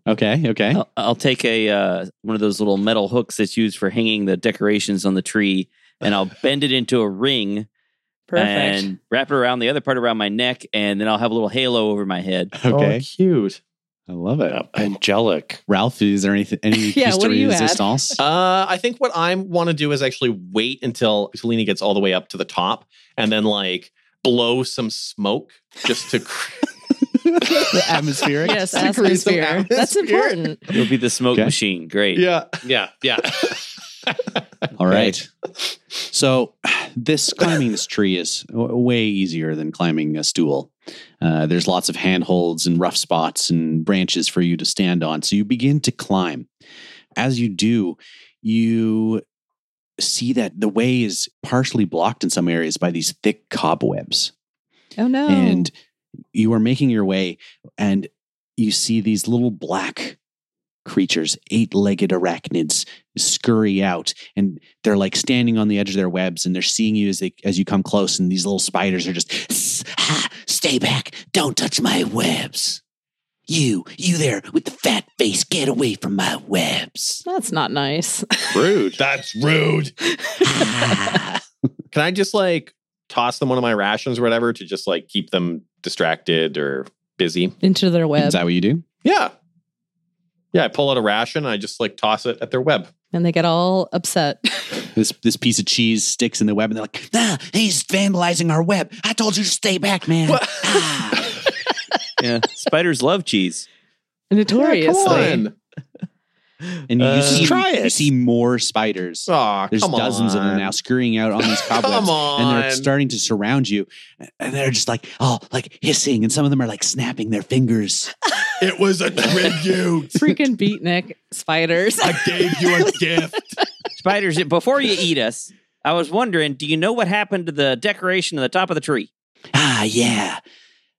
Okay. Okay.
I'll, I'll take a uh, one of those little metal hooks that's used for hanging the decorations on the tree, and *laughs* I'll bend it into a ring
Perfect.
oh, and wrap it around the other part around my neck, and then I'll have a little halo over my head.
Okay.
Oh, cute.
I love it.
Uh, angelic.
Ralph, is there anything, any
*laughs* Yeah,
piece
what
de
do you add?
resistance?
*laughs*
Uh, I think what I want to do is actually wait until Selena gets all the way up to the top and then like blow some smoke just to *laughs* cr-
the atmospheric. *laughs*
Yes,
Create some
atmosphere. That's
atmosphere.
important.
It'll be the smoke
Okay.
machine. Great.
yeah.
Yeah, yeah.
All right. So *sighs* this climbing this tree is w- way easier than climbing a stool. Uh, there's lots of handholds and rough spots and branches for you to stand on. So you begin to climb. As you do, you see that the way is partially blocked in some areas by these thick cobwebs
Oh no.
and you are making your way and you see these little black creatures eight-legged arachnids scurry out and they're like standing on the edge of their webs and they're seeing you as they as you come close and these little spiders are just "Sss, ha, stay back don't touch my webs you you there with the fat face get away from my
*laughs*
webs
that's not nice.
Rude.
That's rude.
Ah.
Can I just like toss them one of my rations or whatever to just like keep them distracted or busy?
Into their web.
is that what you do
Yeah. Yeah, I pull out a ration and I just like toss it at their *laughs* *sighs* web.
And they get all upset. *laughs*
this this piece of cheese sticks in the web and they're like nah, he's vandalizing our web i told you to stay back man
What?
Ah."
Yeah. *laughs* Spiders love cheese.
Notoriously.
and you,
Uh,
you see
Just
try
you
it.
see more spiders.
Aw,
There's
come
dozens of them
on.
now scurrying out on these
Come
cobwebs,
on.
and they're starting to surround you, and they're just like oh, like hissing, and some of them are like snapping their fingers.
It was a tribute.
*laughs* Freaking beatnik spiders.
I gave you
*laughs*
a gift.
Spiders, before you eat us, I was wondering, do you know what happened to the decoration on the top of the tree?
Ah, yeah,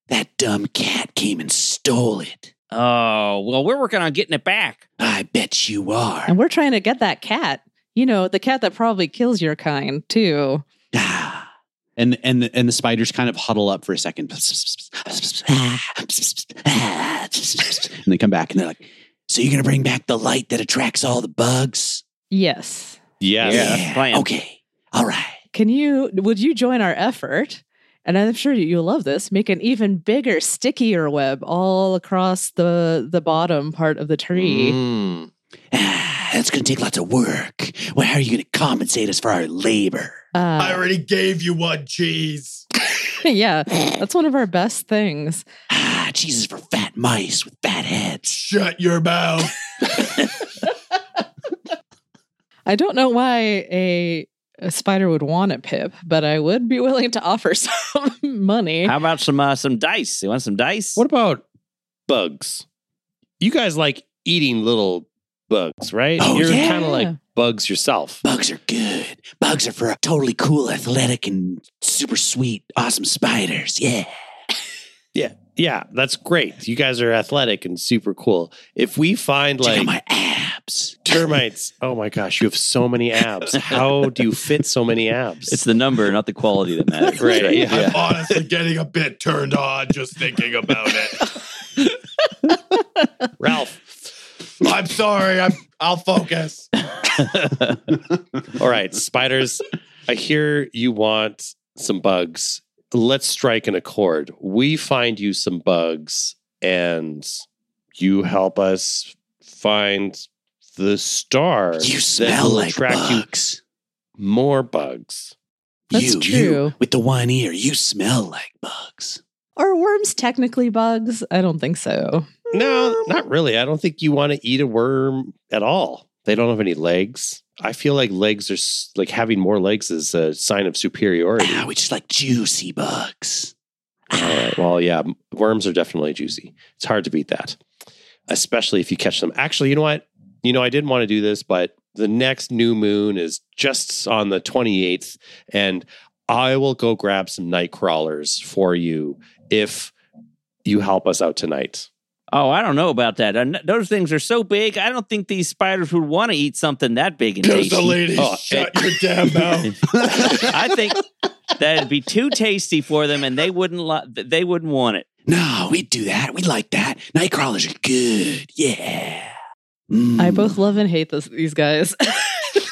that dumb cat came and stole it.
Oh, well, we're working on getting it back.
I bet you are.
And we're trying to get that cat. You know, the cat that probably kills your kind too.
Ah. And, and the, and the spiders kind of huddle up for a second, *laughs* and they come back and they're like, "So you're gonna bring back the light that attracts all the bugs?"
Yes.
Yes.
Yeah. that's the plan.
Okay. All right.
Can you would you join our effort? And I'm sure you'll love this. Make an even bigger, stickier web all across the the bottom part of the tree.
Mm-hmm.
Mm.
Ah, that's going to take lots of work. Well, how are you going to compensate us for our labor?
I
Uh,
already gave you one cheese.
*laughs* yeah, that's one of our best things.
Ah, Jesus for fat mice with fat heads.
Shut your mouth.
I don't know why a, a spider would want a pip, but I would be *laughs* willing to offer some money.
How about some uh, some dice? You want some dice?
What about bugs? You guys like eating little bugs, right?
Oh,
You're
yeah.
kind of like bugs yourself.
Bugs are good. Bugs are for totally cool, athletic, and super sweet, awesome spiders. Yeah.
Yeah, that's great. You guys are athletic and super cool. If we find
Check out
like
my abs. *laughs*
termites, oh my gosh, you have so many abs. How do you fit so many abs?
It's the number, not the quality that matters.
*laughs* Right,
That's
yeah.
I'm honestly getting a bit turned on just thinking about it.
Ralph.
I'm sorry. I'm, I'll focus.
*laughs*
All right, spiders. I hear you want some bugs. Let's strike an accord. We find you some bugs and you help us find the star
You
that
smell
will
like
attract you
bugs.
more bugs.
That's
you,
true.
you, with the one ear, you smell like bugs.
Are worms technically bugs? I don't think so.
No, not really. I don't think you want to eat a worm at all. They don't have any legs. I feel like legs are s- like having more legs is a sign of
*sighs*
superiority.
Ah, we just like juicy bugs.
All right. Well, yeah, m- worms are definitely juicy. It's hard to beat that, especially if you catch them. Actually, you know what? You know, I didn't want to do this, but the next new moon is just on the 28th, and I will go grab some night crawlers for you if you help us out tonight.
Oh, I don't know about that. And Those things are so big. I don't think these spiders would want to eat something that big and
Here's the
tasty.
lady.
Oh,
Shut your damn mouth.
*laughs* I think that'd be too tasty for them, and they wouldn't. Li- they wouldn't want it.
No, we'd do that. We'd like that. Night crawlers are good. Yeah. Mm.
I both love and hate this, these guys. *laughs*
Give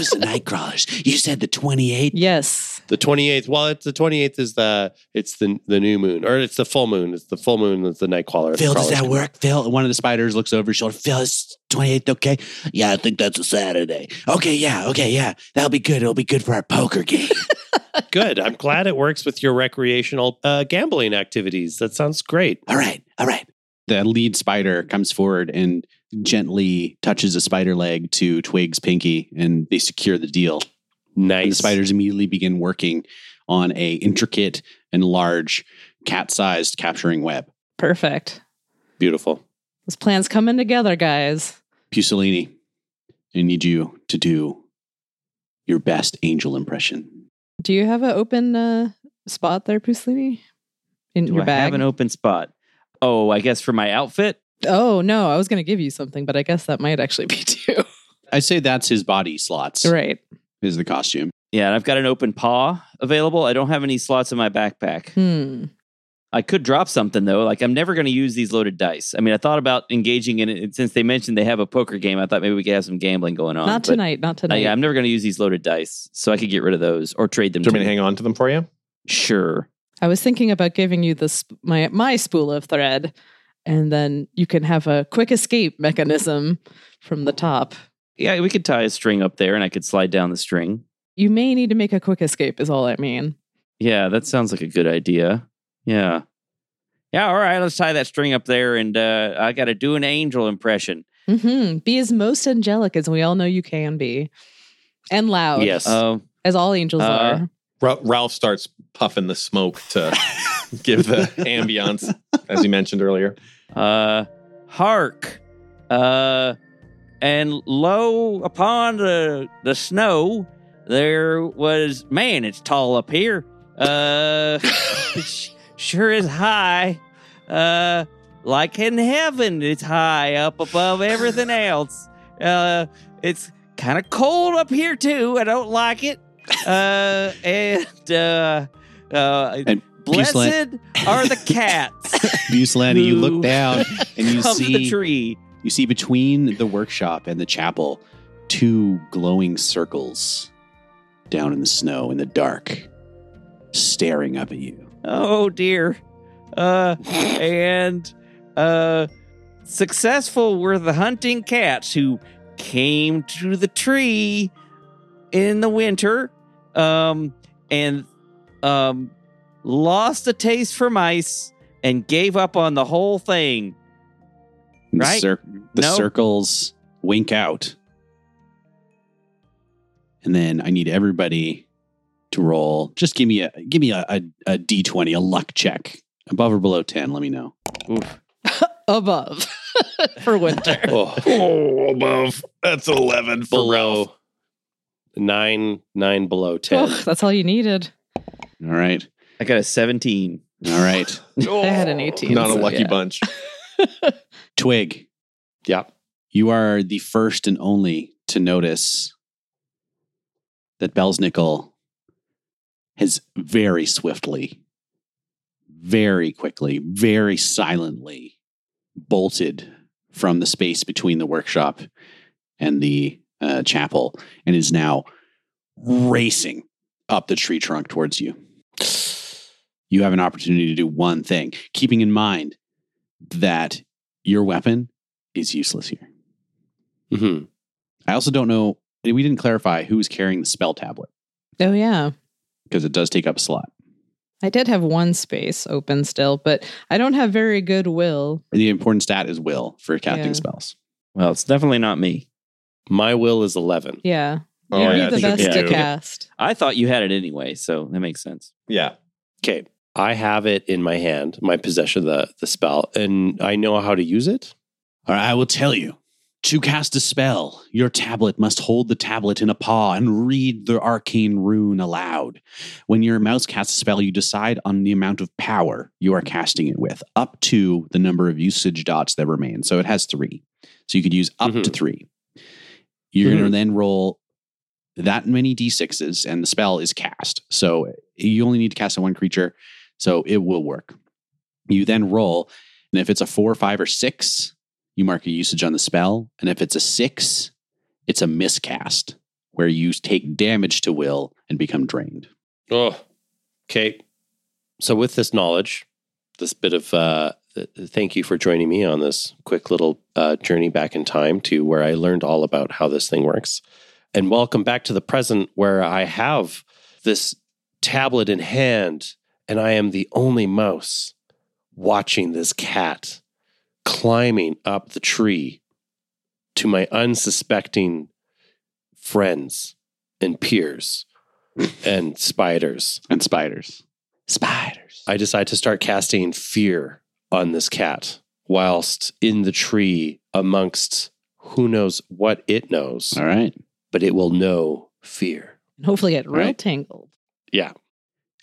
us the night crawlers. You said the 28.
yes.
The 28th. Well, it's the 28th is the it's the the new moon or it's the full moon. It's the full moon that's the night crawler.
Phil, does
crawlers
that
come
work? Phil, And one of the spiders looks over his shoulder. Phil, is 28th okay? Yeah, I think that's a Saturday. Okay, yeah, okay, yeah. That'll be good. It'll be good for our poker game.
out. Good. I'm glad it works with your recreational uh, gambling activities. That sounds great.
all right, all right. The lead spider comes forward and gently touches a spider leg to Twig's pinky, and they secure the deal. And the
Nice.
spiders immediately begin working on a intricate and large cat-sized capturing web.
Perfect.
Beautiful.
This plan's coming together, guys.
Pusillini, I need you to do your best angel impression.
Do you have an open uh, spot there, Puslini? In
Do
your
I
bag?
have an open spot? Oh, I guess for my outfit.
oh no, I was going to give you something, but I guess that might actually be *laughs* too.
I'd say that's his body slots
right.
is the costume.
Yeah, and I've got an open paw available. I don't have any slots in my backpack.
Hmm.
Um, I could drop something though. Like I'm never going to use these loaded dice. I mean, I thought about engaging in it and since they mentioned they have a poker game. I thought maybe we could have some gambling going on.
not
but
tonight. Not
I,
tonight.
yeah, I'm never going to use these loaded dice, so I could get rid of those or trade them.
Do you want
to
me to
you.
hang on to them for you?
Sure.
I was thinking about giving you this my my spool of thread, and then you can have a quick escape mechanism from the top.
Yeah, we could tie a string up there, and I could slide down the string.
You may need to make a quick escape, is all I mean.
Yeah, that sounds like a good idea. Yeah. Yeah, all right, let's tie that string up there and uh I got to do an angel impression.
hmm Be as most angelic as we all know you can be, and loud,
Yes.
Oh,
as all angels
Uh,
are.
Ra- Ralph starts puffing the smoke *laughs* to give *laughs* the ambiance, as you mentioned earlier.
uh hark. Uh and lo upon the the snow there was man, it's tall up here. Uh *laughs* sh- sure is high. Uh like in heaven, it's high up above everything else. Uh, it's kind of cold up here too. I don't like it. Uh, and uh, uh,
And peace
blessed
land.
are the
*laughs*
cats.
Buslani, you look down and you
of the
see
tree.
you see between the workshop and the chapel two glowing circles down in the snow in the dark, staring up at you.
Oh dear. *laughs* Uh, and uh, successful were the hunting cats who came to the tree in the winter um, and um, lost a taste for mice and gave up on the whole thing.
And the
Right?
cir- the
No.
circles wink out. And then I need everybody to roll. Just give me a give me a, a, a D twenty, a luck check. Above or below ten, let me know.
Above *laughs* for
*laughs*
winter.
Oh,
Oh, above. That's 11
below nine, nine below ten.
Ugh, that's all you needed.
All right.
I got a 17.
All right.
I had an 18.
Oh, Not a
so
lucky
yeah.
bunch.
Twig.
Yeah.
You are the first and only to notice that Belsnickel has very swiftly, very quickly, very silently bolted from the space between the workshop and the uh, chapel and is now racing up the tree trunk towards you. You have an opportunity to do one thing, keeping in mind that your weapon is useless here.
hmm
I also don't know. We didn't clarify who was carrying the spell tablet
Oh yeah.
because it does take up a slot.
I did have one space open still, but I don't have very good will.
The important stat is will for casting
Yeah.
spells.
Well, it's definitely not me.
My will is eleven.
Yeah.
Oh,
You're
yeah, I
the
think it
best
was
to
two.
cast.
I thought you had it anyway, so that makes sense.
Yeah.
Okay. I have it in my hand, my possession of the, the spell, and I know how to use it.
All right, I will tell you. To cast a spell, your tablet must hold the tablet in a paw and read the arcane rune aloud. When your mouse casts a spell, you decide on the amount of power you are casting it with, up to the number of usage dots that remain. So it has three. So you could use up to
Mhm.
three. You're going to then roll that many d6s, and the spell is cast. So you only need to cast on one creature. So it will work. You then roll, and if it's a four, five, or six, you mark a usage on the spell. And if it's a six, it's a miscast where you take damage to will and become drained.
Oh, okay. So with this knowledge, this bit of uh, th- thank you for joining me on this quick little uh, journey back in time to where I learned all about how this thing works, and welcome back to the present where I have this tablet in hand and I am the only mouse watching this cat climbing up the tree to my unsuspecting friends and peers and spiders.
and spiders. Spiders.
I decide to start casting fear on this cat whilst in the tree amongst who knows what it knows,
All right.
but it will know fear.
And hopefully get real
Right.
tangled.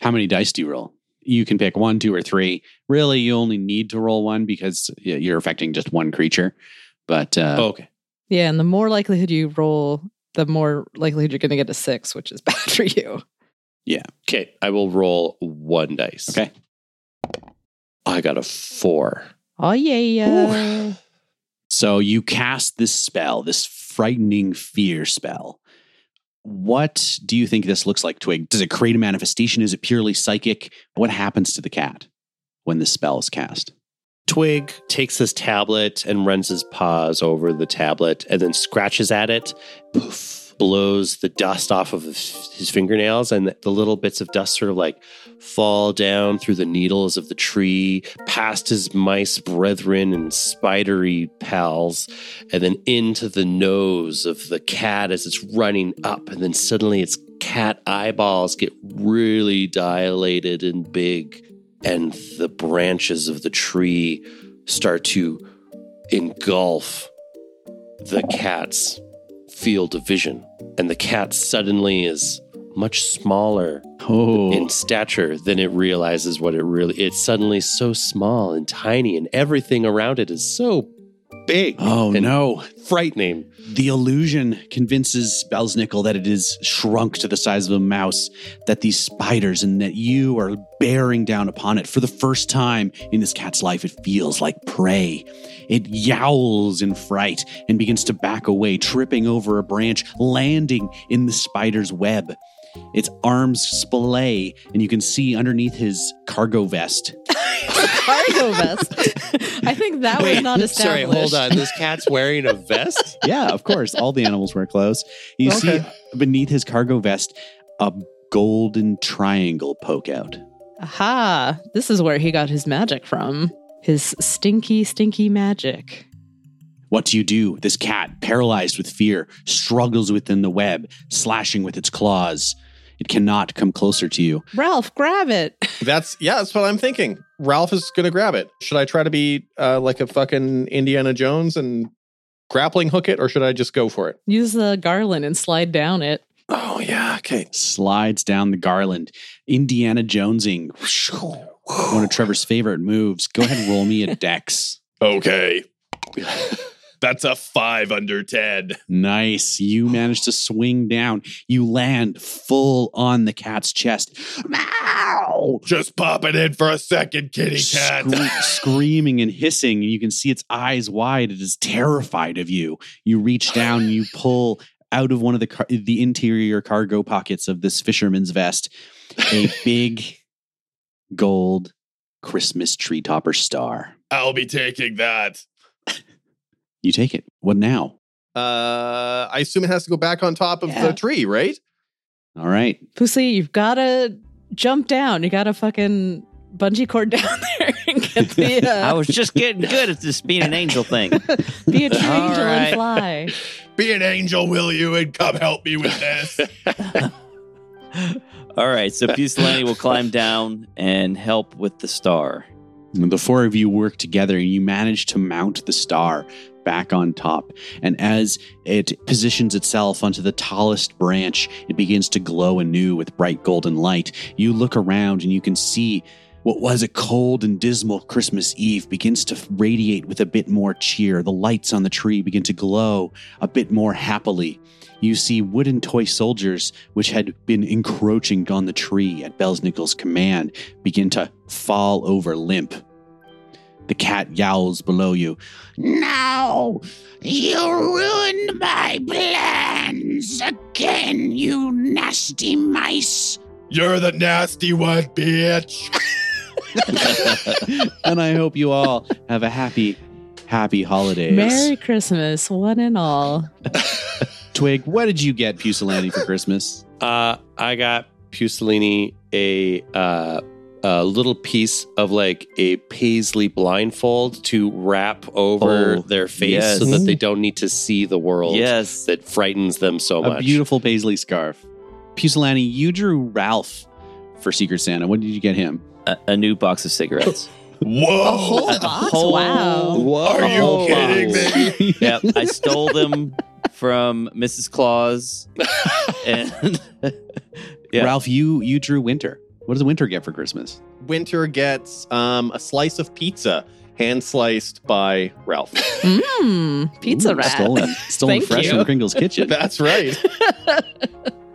How many dice do you roll? You can pick one, two, or three. Really, you only need to roll one because y- you're affecting just one creature. But uh,
Oh, okay.
Yeah, and the more likelihood you roll, the more likelihood you're going to get a six, which is *laughs* bad for you.
Okay. I will roll one dice.
Okay. Oh,
I got a four.
Oh yeah.
So you cast this spell, this frightening fear spell. What do you think this looks like, Twig? Does it create a manifestation? Is it purely psychic? What happens to the cat when this spell is cast?
Twig takes this tablet and runs his paws over the tablet and then scratches at it. Poof. Blows the dust off of his his fingernails, and the little bits of dust sort of like fall down through the needles of the tree, past his mice brethren and spidery pals, and then into the nose of the cat as it's running up. And then suddenly its cat eyeballs get really dilated and big and the branches of the tree start to engulf the cat's field of vision. And the cat suddenly is much smaller
Oh,
in stature than it realizes what it really it's suddenly so small and tiny and everything around it is so big
oh
and
no.
frightening
The illusion convinces Belznickel that it is shrunk to the size of a mouse, that these spiders and that you are bearing down upon it. For the first time in this cat's life, it feels like prey. It yowls in fright and begins to back away, tripping over a branch, landing in the spider's web. Its arms splay, and you can see underneath his cargo vest
Cargo vest. I think that was not
sorry
established.
hold on this cat's wearing a vest
yeah, of course. All the animals wear clothes. You see beneath his cargo vest a golden triangle poke out.
Aha! This is where he got his magic from. His stinky, stinky magic.
What do you do? This cat, paralyzed with fear, struggles within the web, slashing with its claws. It cannot come closer to you.
Ralph, grab it.
That's yeah, that's what I'm thinking. Ralph is gonna grab it. Should I try to be uh, like a fucking Indiana Jones and grappling hook it, or should I just go for it?
Use the garland and slide down it.
Oh yeah, okay.
Slides down the garland, Indiana Jonesing. One of Trevor's favorite moves. Go ahead and roll me a dex.
Okay. *laughs* That's a five under ten.
Nice. You manage to swing down. You land full on the cat's chest. Meow!
Just pop it in for a second, kitty
Scree- *laughs* screaming and hissing, and you can see its eyes wide. It is terrified of you. You reach down, and you pull out of one of the car- the interior cargo pockets of this fisherman's vest a big gold Christmas tree topper star.
I'll be taking that.
You take it. What now?
Uh, I assume it has to go back on top of
Yeah.
the tree, right?
All right.
Pussy, you've gotta jump down. You gotta fucking bungee cord *laughs* down there and get the
I
uh,
was just getting good at this being an angel thing.
be a true
All
angel
right.
and fly.
Be an angel, will you, and come help me with
*laughs*
this.
All right, so Pusillani will climb down and help with the star.
The four of you work together and you manage to mount the star back on top. And as it positions itself onto the tallest branch, it begins to glow anew with bright golden light. You look around and you can see what was a cold and dismal Christmas Eve begins to radiate with a bit more cheer. The lights on the tree begin to glow a bit more happily. You see wooden toy soldiers, which had been encroaching on the tree at Belznickel's command, begin to fall over limp. The cat yowls below you. Now you ruined my plans again, you nasty mice.
You're the nasty one, bitch.
*laughs* and I hope you all have a happy, happy holidays.
Merry Christmas, one and all.
Twig, what did you get Pusilani for Christmas?
Uh, I got Pusillini a uh, a little piece of like a paisley blindfold to wrap over
Oh,
their face
yes.
so that they don't need to see the world
Yes.
that frightens them so
a
much.
beautiful paisley scarf. Pusilani, you drew Ralph for Secret Santa. What did you get him?
A, a new box of cigarettes.
*laughs* Whoa.
A
box?
whole-
Wow.
Are you
Oh.
kidding me?
yep. I stole them from Mrs.
*laughs*
Claus. And *laughs* Yeah.
Ralph, you you drew Winter. What does Winter get for Christmas?
Winter gets um, a slice of pizza, hand sliced by
*laughs*
Ralph.
Mmm, pizza
Ooh,
rat. *laughs*
Stolen, stolen
Thank
fresh
you.
from Kringle's *laughs* kitchen.
That's right.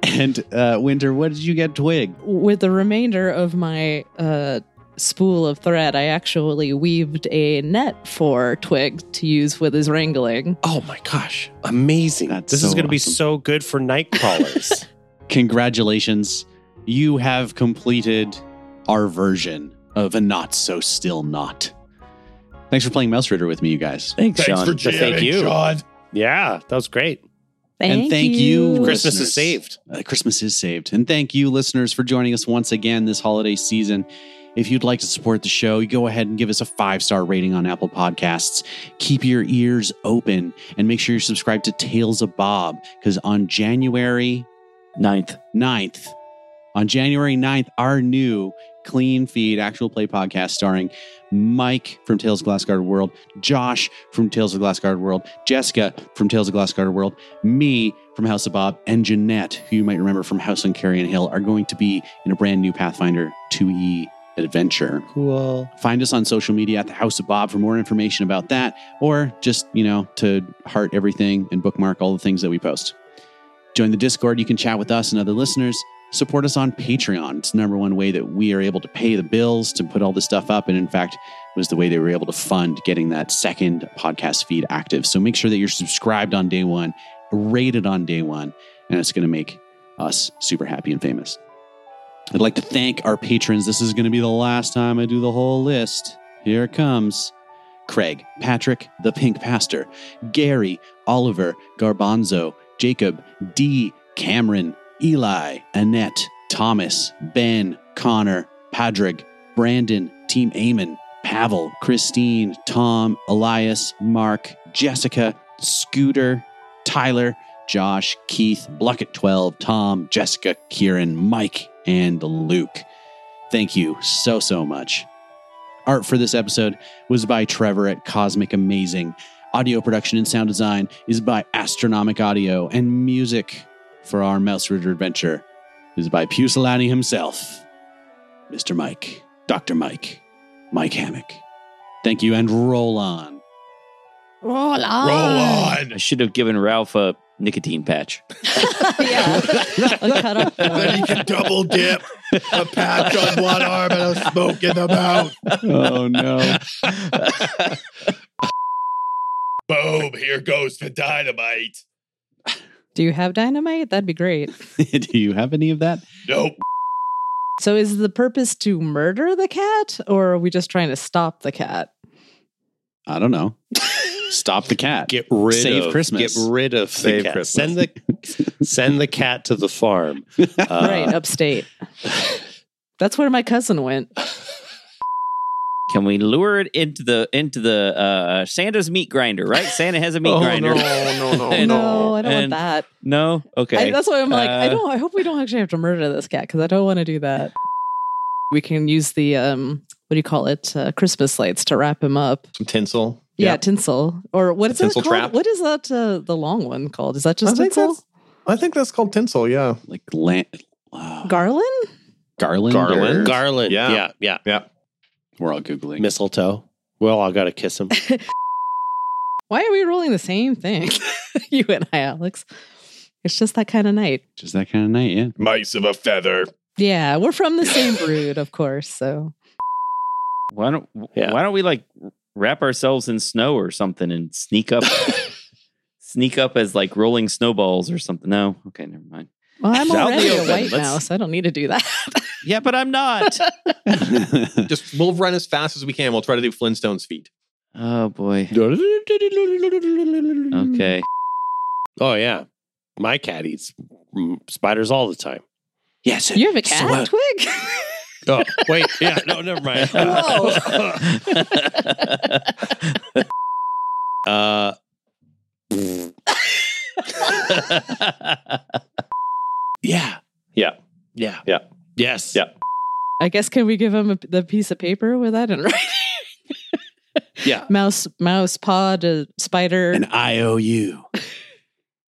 and uh, Winter, what did you get Twig?
With the remainder of my uh, spool of thread, I actually weaved a net for Twig to use with his wrangling.
Oh my gosh. Amazing.
That's
this
so
is going to be
awesome.
so good for night
*laughs*
crawlers.
Congratulations, you have completed our version of a not so still knot. Thanks for playing Mouse Ritter with me, you guys.
Thanks,
Thanks
Sean.
for
thank
jamming,
you.
Sean.
yeah, that was great.
and thank you,
Christmas
listeners.
is saved.
Uh, Christmas is saved. And thank you, listeners, for joining us once again this holiday season. If you'd like to support the show, you go ahead and give us a five star rating on Apple Podcasts. Keep your ears open and make sure you're subscribed to Tales of Bob because on January
Ninth.
9th, on January 9th, our new clean feed actual play podcast starring Mike from Tales of Glassguard World, Josh from Tales of Glassguard World, Jessica from Tales of Glassguard World, me from House of Bob, and Jeanette, who you might remember from House on Carrion Hill, are going to be in a brand new Pathfinder 2E adventure.
Cool.
Find us on social media at the House of Bob for more information about that, or just, you know, to heart everything and bookmark all the things that we post. Join the Discord. You can chat with us and other listeners. Support us on Patreon. It's the number one way that we are able to pay the bills to put all this stuff up. And in fact, it was the way they were able to fund getting that second podcast feed active. So make sure that you're subscribed on day one, rated on day one, and it's going to make us super happy and famous. I'd like to thank our patrons. This is going to be the last time I do the whole list. Here it comes Craig, Patrick, the Pink Pastor, Gary, Oliver, Garbanzo, Jacob, D, Cameron, Eli, Annette, Thomas, Ben, Connor, Padraig, Brandon, Team Amon, Pavel, Christine, Tom, Elias, Mark, Jessica, Scooter, Tyler, Josh, Keith, Blucket12, Tom, Jessica, Kieran, Mike, and Luke. Thank you so, so much. Art for this episode was by Trevor at Cosmic Amazing. Audio production and sound design is by Astronomic Audio, and music for our Mouse Ritter adventure is by Pusilani himself, Mr. Mike, Dr. Mike, Mike Hammock. Thank you, and roll on.
*laughs* Roll on.
Roll on.
I should have given Ralph a nicotine patch.
*laughs* *laughs* yeah. A cut off *laughs*
then
one.
he can double dip a patch on one arm and a smoke in the mouth.
Oh, no.
Boom, Oh, here goes the dynamite.
Do you have dynamite? That'd be great.
*laughs* Do you have any of that?
Nope.
So, is the purpose to murder the cat, or are we just trying to stop the cat?
I don't *laughs* know. Stop the cat.
Get rid
Save
of
Christmas.
Get rid of
Save
the cat.
Christmas.
Send the send the cat to
*laughs*
the farm. Uh,
right, upstate. That's where my cousin went.
Can we lure it into the into the uh, Santa's meat grinder? Right, Santa has a
Oh,
meat grinder.
no, no,
*laughs* And-
no, I don't
and-
want that.
No,
I-
okay.
that's why I'm like, I
Uh,
don't. I hope we don't actually have to murder this cat because I don't want to do that. We can use the um, what do you call it? Uh, Christmas lights to wrap him up.
Some tinsel.
Yeah, tinsel or what is that
tinsel
called?
trap.
What is that? Uh, the long one called? Is that just
think
tinsel?
that's- I think that's called tinsel. Yeah.
Like Ah, lan- wow.
Garland?
garland.
Garland.
Gar-
Garland.
Yeah.
Yeah. yeah,
We're all googling.
Mistletoe. Well, I gotta kiss him.
Why are we rolling the same thing? *laughs* you and I, Alex. It's just that kind of night.
Just that kind of night, yeah.
Mice of a feather.
Yeah, we're from the *laughs* same brood, of course. So
why don't
Yeah.
Why don't we like wrap ourselves in snow or something and *laughs* sneak up, sneak up as like rolling snowballs or something? No, okay, never mind.
Well, I'm
It's out in the
already a
open.
white
Let's-
mouse. I don't need to do that.
Yeah, but I'm not.
*laughs*
Just we'll run as fast as we can. We'll try to do Flintstone's feet.
*laughs* oh boy.
Okay.
*laughs* Okay.
*laughs* Oh yeah, my cat eats mm, spiders all the time.
yes.
You have a cat,
uh,
Twig?
Oh wait, yeah, no, never
*laughs* *laughs*
mind. *laughs*
Whoa.
Uh,
Yeah.
yeah,
Yeah.
yes,
Yeah.
I guess can we give him a, the piece of paper with that and write?
Yeah.
*laughs* Mouse, mouse, pod, a spider.
An IOU.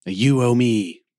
You owe me.